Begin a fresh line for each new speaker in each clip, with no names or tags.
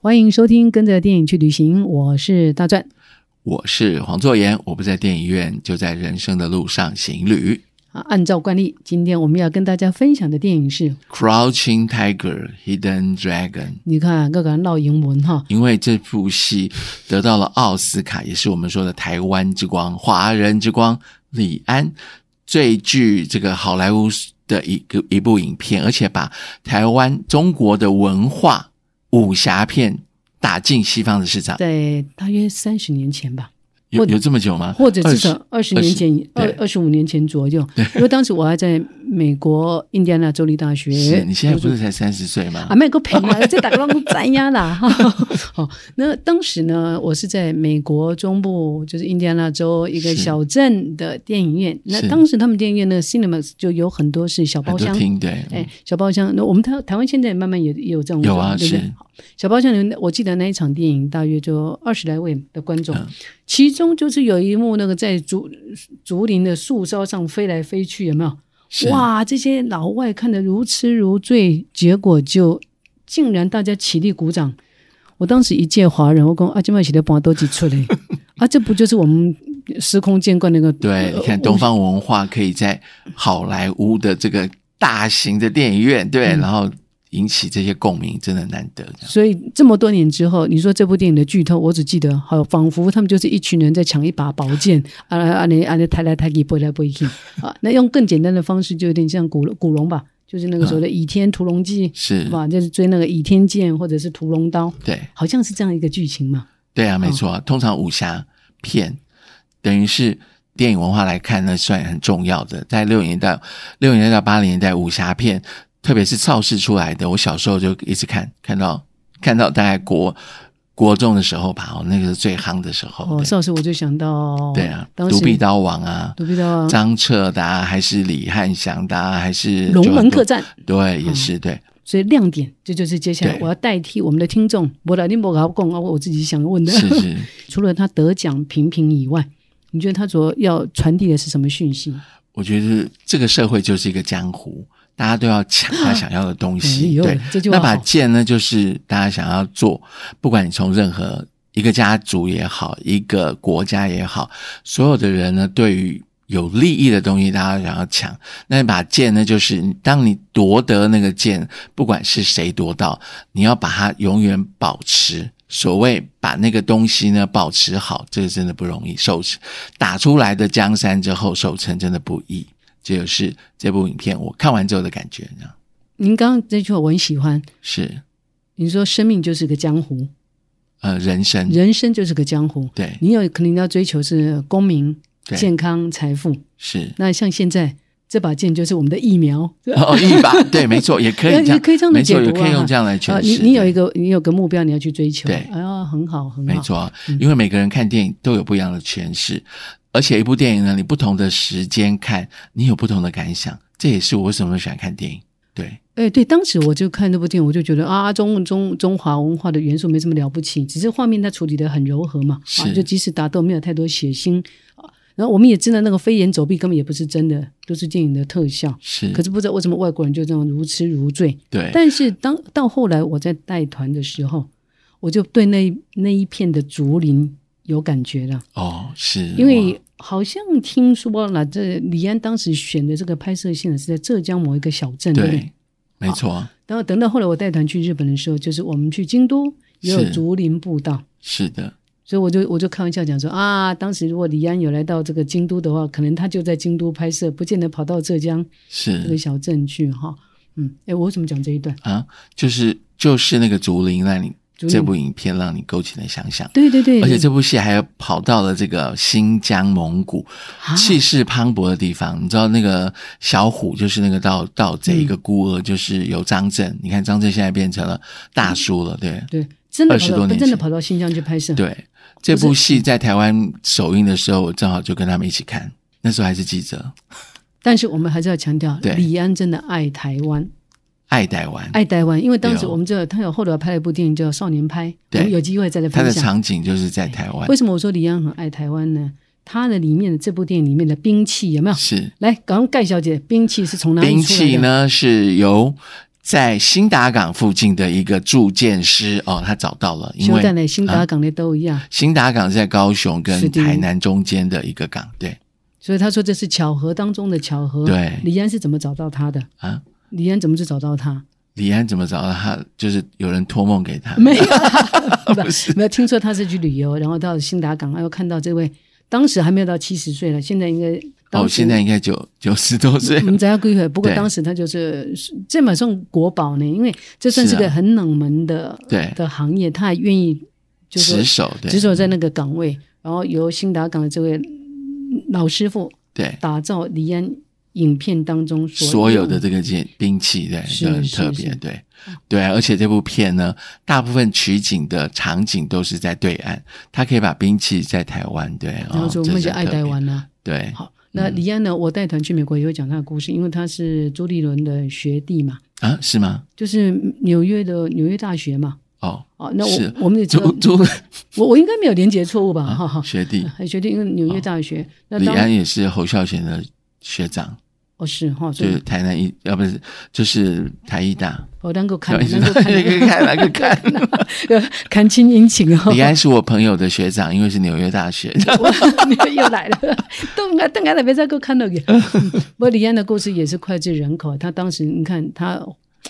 欢迎收听《跟着电影去旅行》，我是大钻。
我是黄作言，我不在电影院，就在人生的路上行旅。
啊，按照惯例，今天我们要跟大家分享的电影是，
Crouching Tiger, Hidden Dragon。
你看各个绕英文哈，
因为这部戏得到了奥斯卡，也是我们说的台湾之光、华人之光李安最具这个好莱坞的一个一部影片，而且把台湾中国的文化武侠片打进西方的市场。
在大约三十年前吧，
有有这么久吗？
或者至
20
少二十年前、二
对
二十五年前左 右，因为当时我还在美国印第安纳州立大学
是你现在
读书
不是才三十岁吗？
啊，卖个平啊，这打个浪咱呀 啦。好，那当时呢，我是在美国中部，就是印第安纳州一个
是
小镇的电影院。那
是
当时他们电影院那个 Cinemax 就有很多是小
很
包
多
厢。
听对，
哎，小包厢，那我们台台湾现在慢慢也也有这种
有啊
对不对
是？
好小包厢里面，我记得那一场电影大约就二十来位的观众，
嗯
其中就是有一幕那个在竹竹林的树梢上飞来飞去，有没有？
是，
哇，这些老外看得如痴如醉，结果就竟然大家起立鼓掌。我当时一介华人，我讲啊，今晚起的半都几出 嘞，啊，这不就是我们司空见惯那个？
对，
呃
你看东方文化可以在好莱坞的这个大型的电影院，对，
嗯
然后引起这些共鸣，真的难得。
所以这么多年之后，你说这部电影的剧透，我只记得好，仿佛他们就是一群人在抢一把宝剑，啊啊你啊你抬来抬去，拨来拨去啊。那用更简单的方式，就有点像古古龙吧，就是
嗯
那个时候的《倚天屠龙记》，
是，
哇，就是追那个倚天剑或者是屠龙刀，
对，
好像是这样一个剧情嘛。
对啊，没错
嗯
啊。通常武侠片等于是电影文化来看呢，算很重要的。在六零年代、六零年代到八零年代，武侠片特别是邵氏出来的，我小时候就一直看，看到看到大概国国中的时候吧，哦，那个是最夯的时候。
哦，
对
邵氏我就想到，
对啊，
当
独
时
臂刀王啊，
独臂刀啊
张彻的、啊、还是李翰祥的、啊、还是
龙门客栈，
对，也是对，
所以亮点，这就是接下来
对
我要代替我们的听众，我来林博豪讲啊，我自己想问的。
是是。
除了他得奖频频以外，你觉得他所要传递的是什么讯息？
我觉得这个社会就是一个江湖，大家都要抢他想要的东
哎
西。
呦
对，
这句话
那把
好
剑呢，就是大家想要做，不管你从任何一个家族也好，一个国家也好，所有的人呢，对于有利益的东西，大家想要抢。那把剑呢，就是当你夺得那个剑，不管是谁夺到，你要把它永远保持。所谓把那个东西呢保持好，这个真的不容易。守打出来的江山之后，守成真的不易。这就是这部影片我看完之后的感觉，这样
您刚刚这句话我很喜欢，
是
你说生命就是个江湖，
呃人生
人生就是个江湖，
对
你有可能要追求是功名、
对
健康、财富。
是
那像现在这把剑就是我们的疫苗，
哦一把对，没错，也可以
也
这样，
可以这样的
没错，
解
也
读啊
可以用这样来诠释。
呃，你你有
对
一个你有个目标你要去追求，
对
哎呀，很好很好，
没错，
嗯
因为每个人看电影都有不一样的诠释，而且一部电影呢，你不同的时间看，你有不同的感想，这也是我为什么喜欢看电影。对，
哎，对，当时我就看那部电影，我就觉得啊，中中中华文化的元素没什么了不起，只是画面它处理的很柔和嘛，啊，
是
就即使打斗没有太多血腥啊。然后我们也知道那个飞檐走壁根本也不是真的，都是电影的特效。
是，
可是不知道为什么外国人就这样如痴如醉。
对，
但是当到后来我在带团的时候，我就对那一那一片的竹林有感觉了。
哦，是，
因
哇
为好像听说了，这李安当时选的这个拍摄现场是在浙江某一个小镇，对不对
对？，没错，
然后等到后来我带团去日本的时候，就是我们去京都也有
是
竹林步道，
是的，
所以我就我就开玩笑讲说啊，当时如果李安有来到这个京都的话，可能他就在京都拍摄，不见得跑到浙江这个
是
小镇去哈。嗯，哎，我为什么讲这一段？
啊，就是就是那个竹林让你
竹林
这部影片让你勾起了想象。
对对对，
而且这部戏还跑到了这个新疆蒙古
啊
气势磅礴的地方。你知道那个小虎就是那个盗盗贼，
嗯
一个孤儿，就是由张震。你看张震现在变成了大叔了，对
对，真的跑
20多
到
年前
真的跑到新疆去拍摄，
对。这部戏在台湾首映的时候，我正好就跟他们一起看，那时候还是记者，
但是我们还是要强调，
对
李安真的爱台湾，
爱台湾，
爱台湾，因为当时
有
我们知道他有后来拍了一部电影叫《少年派》，我
哦对
们有机会再来
他
分
的
享。
场景就是在台湾
为，什么我说李安很爱台湾呢？他的里面的这部电影里面的兵器有没有？
是
来，赶快盖小姐，兵器是从哪里出来
嗯兵
的？
器呢是由在新达港附近的一个铸剑师哦，他找到了，因
修蛋
为
嘞、新达港嘞都一样，
新达港是在高雄
是
跟
的
台南中间的一个港，对
所以他说这是巧合当中的巧合。
对
李安是怎么找到他的？
啊。
李安怎么去找到他？
李安怎么找到他？就是有人托梦给他，哦
没有啦，没有听说他是去旅游，然后到新达港，哎呦，看到这位，当时还没有到七十岁了，现在应该当
哦，
时嗯
现在应该九九十多岁
我，们才要归回。不过
嗯对
当时他就是是这么算国宝呢，因为这算是
是啊
个很冷门的
对
的行业，他还愿意就是
持
说
守对
值守在那个岗位，然后由新达港的这位老师傅
对
打造李安影片当中
所有的
用
这个剑兵器，对，
是
都很
是
特
是
别，对对，啊而且这部片呢，大部分取景的场景都是在对岸，他可以把兵器在台湾，对，
然后
哦
说我
这
们
是
就
很
爱
特别嗯
台湾啊。
对，
好，那李安呢？我带团去美国也会讲他的故事，因为他是朱立伦的学弟嘛，
啊，是吗？
就是纽约的纽约大学嘛。
哦，
哦，那
是
我我们也知道
朱， 朱
我我应该没有连结错误吧？哈
啊
哈，
学弟
还决定一个纽约大学。那
嗯李
当
安也是侯孝贤的学长，
哦是哈，所
就
以
是台南一，啊，不是，就是台艺大，
我哦能够看，
对
能够看，
可以看能够看
看清殷勤 哦。
李安是我朋友的学长，因为是纽约大学，
我你又来了， 邓啊邓啊，别再给我看 到你。嗯不过李安的故事也是脍炙人口，他当时你看 他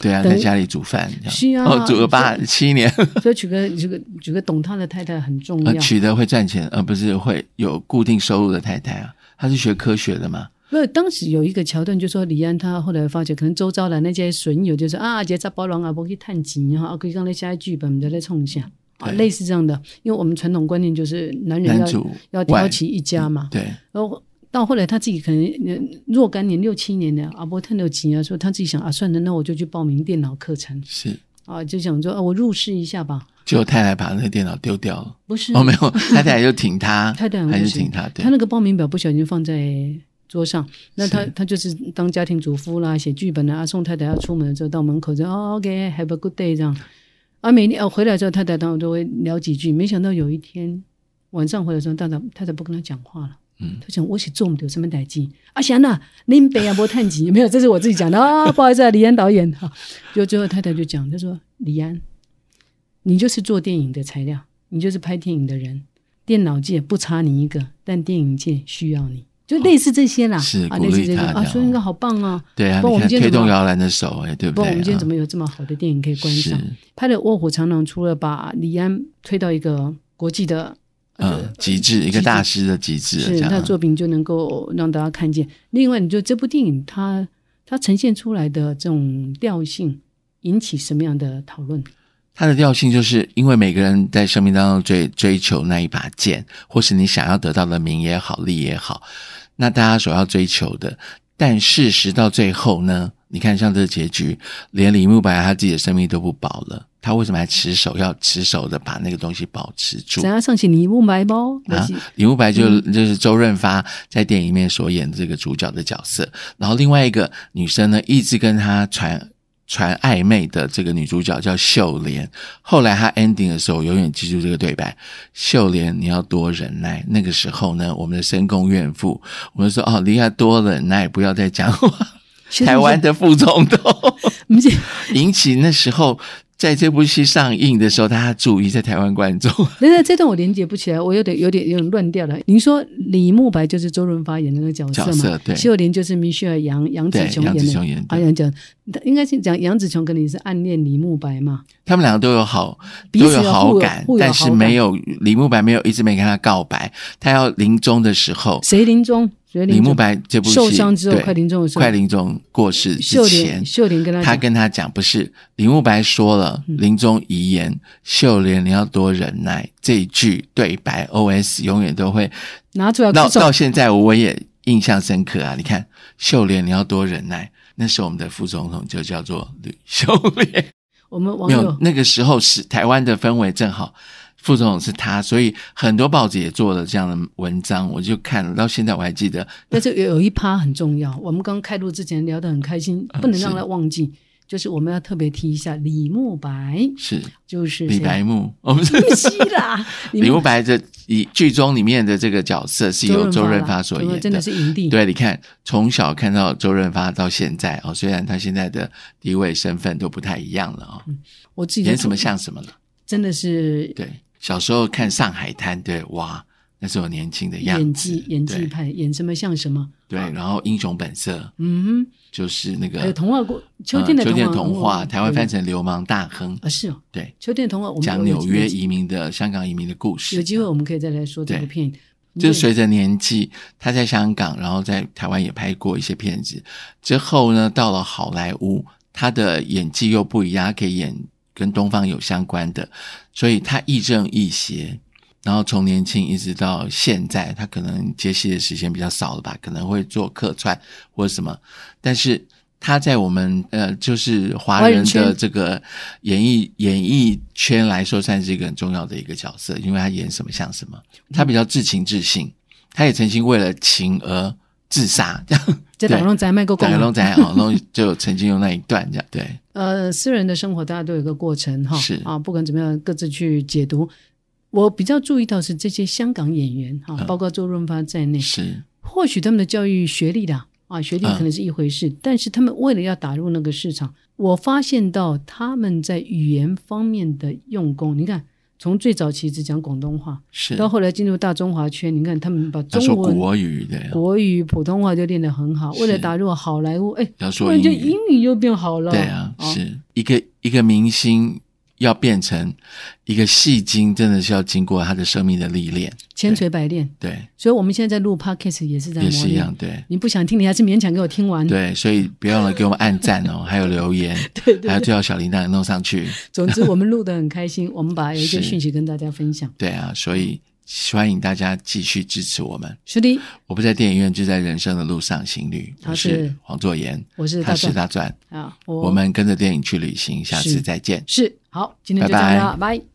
对啊，
等于
在家里煮饭，这样
是啊
哦，煮了八七年，
所以娶个娶个娶个懂他的太太很 重
呃
要。
娶的会赚钱，而不是会有固定收入的太太啊。她是学科学的嘛？
不是，当时有一个桥段，就说李安他后来发觉，可能周遭的那些损友就说啊，这查包人啊，不去探钱哈，啊，可以让那些剧本在那冲下啊，
对
类似这样的。因为我们传统观念就是男人
男
要
主
要
外
挑起一家嘛，
对
然后到后来他自己可能呃若干年六七年了，啊，不探到钱啊，说他自己想啊，算了，那我就去报名电脑课程
是，
啊，就想说啊，我入试一下吧，
结果太太把那个电脑丢掉了。
不是
哦，没有， 太太就挺他，
太太很
还
无
是
情
挺他，对
他，那个报名表不小心放在桌上，那他
是
他就是当家庭主妇啦，写剧本啦，啊送太太要出门的时候到门口就哦，OK，have、a good day 这样。啊，每天哦回来之后，太太当然都会聊几句。没想到有一天晚上回来之后，太太太太不跟他讲话了。
嗯，
他讲我是做不到什么代志。啊，翔呐，您北啊，伯探级没有？这是我自己讲的 啊，不好意思啊，李安导演哈。就最后太太就讲，她说李安，你就是做电影的材料，你就是拍电影的人。电脑界不差你一个，但电影界需要你，就类似这些啦，
哦是
啊，
鼓
类
励
似这些
他这
啊，
样
所以哥好棒啊！
对啊，
不然我们
你看
今天
推
怎么
动摇篮的手，哎，对
不，
不
我
对？
们今天
啊
怎么有这么好的电影可以观赏
是？
拍的《卧虎藏龙》除了把李安推到一个国际的
嗯，极致一个大师的极致，
是
这样
他
啊
的作品就能够让大家看见。另外，你就这部电影它它呈现出来的这种调性，引起什么样的讨论？
它的调性就是因为每个人在生命当中追追求那一把剑，或是你想要得到的名也好、利也好，那大家所要追求的，但事实到最后呢，你看像这个结局，连李慕白他自己的生命都不保了，他为什么还持守要持守的把那个东西保持住
怎？样上起你不买包？
啊
就是，
李慕白就、就是周润发在电影里面所演的这个主角的角色，然后另外一个女生呢，一直跟他传传暧昧的这个女主角叫秀莲，后来她 ending 的时候，我永远记住这个对白：秀莲，你要多忍耐。那个时候呢，我们的深宫怨妇，我们说哦，你要多忍耐，不要再讲话。
其实
台湾的副总统
不是，
引起那时候。在这部戏上映的时候，大家注意，在台湾观众
但是这段我连接不起来，我有点有点有点乱掉了。您说李慕白就是周润发演的那个角色
角
嘛？
色对
秀莲就是米歇尔杨杨紫
对
琼
杨
演
紫琼
的。
演的
啊，，杨讲，应该是讲杨紫琼跟你是暗恋李慕白嘛？
他们两个都有好，
彼此
都有好
互有
感
互，有
但
好
是
感
没有李慕白没有一直没跟他告白。他要临终的时候，
谁临终？谁临
李
终
慕白这部戏
受伤之后
对
快临终的时候
快临终过世之
秀
前
莲，，秀莲嗯跟他
他
讲，
跟他讲不是李慕白说了临终遗言，秀莲你要多忍耐这一句对白 OS 永远都会
拿出来
到
哭手
到现在我也印象深刻啊！你看秀莲你要多忍耐，那时候我们的副总统就叫做吕秀莲。
我们网
没
友
有，那个时候是台湾的氛围正好，副总统是他，所以很多报纸也做了这样的文章，我就看了，到现在我还记得。
但是有有一趴很重要，我们刚开录之前聊得很开心，不能让
啊是
他忘记，就是我们要特别提一下李慕白，
是
就是
李白
谁
木，我们是
不是啦，李
李
慕
慕白的以剧中里面的这个角色是由周润发所
周
演
真的
的。
是影帝，
对，你看，从小看到周润发到现在哦，虽然他现在的地位身份都不太一样了哦，
我自己
演什么像什么了。
真的是
对，小时候看《上海滩》，对，哇，那是我年轻的样
演
子，
技演技
对
派，演什么像什么，
对，然后《英雄本色》
嗯
就是那个
哼，还有童话故秋
呃
天的
秋天的
童
童话，台湾翻
翻
成《流氓大亨》
啊，是哦，
对，
秋天的童话，我们
讲
有
纽约
有
移民的香港移民的故
有
事。
机会我们可以再来说这部
对
片，
就随着年纪，他在香港，然后在台湾也拍过一些片子。之后呢，到了好莱坞，他的演技又不一样，他可以演跟东方有相关的，所以他亦正亦邪。然后从年轻一直到现在，他可能接戏的时间比较少了吧，可能会做客串或什么，但是他在我们呃，就是华
华人
人
圈
的这个演艺演艺圈来说，算是一个很重要的一个角色，因为他演什么像什么，他比较至情至性，他也曾经为了情而 自杀，这样
在打龙宅卖过
打
广
个龙仔啊，龙就曾经有那一段这样，对
呃，私人的生活大家都有一个过程哈，
是
啊，不管怎么样，各自去解读。我比较注意到是这些香港演员哈，
啊
包括周润发在内，
是
或许他们的教育学历啦啊，学历可能是一回事，但是他们为了要打入那个市场，我发现到他们在语言方面的用功。你看，从最早期只讲广东话，
是，
到后来进入大中华圈，你看他们把
他
中
说
文、
国语的，
国语、普通话就练得很好，为了
是
打入好莱坞，哎，
要
突
说
然就
英语
英，语就变好了。
对啊，
哦
是一个一个明星要变成一个戏精，真的是要经过他的生命的历练，
千锤百炼。
对，
所以我们现在在录 podcast 也是在
也
磨
是一
练。
样，对。
你不想听，你还是勉强给我听完。
对，所以别忘了给我们按赞哦，还有留言，
对对
还有最好小铃铛也弄上去。
总 之我们录得很开心，我们把有一些
是
讯息跟大家分享。
对啊，所以欢迎大家继续支持我们。
是的，
我不在电影院，就在人生的路上行旅。
他
我
是
是黄作言，
我是大
他是
壮
大钻，
啊，
我们跟着电影去旅行，下
是
次再见。
是好，今天就这
拜拜
样了，拜。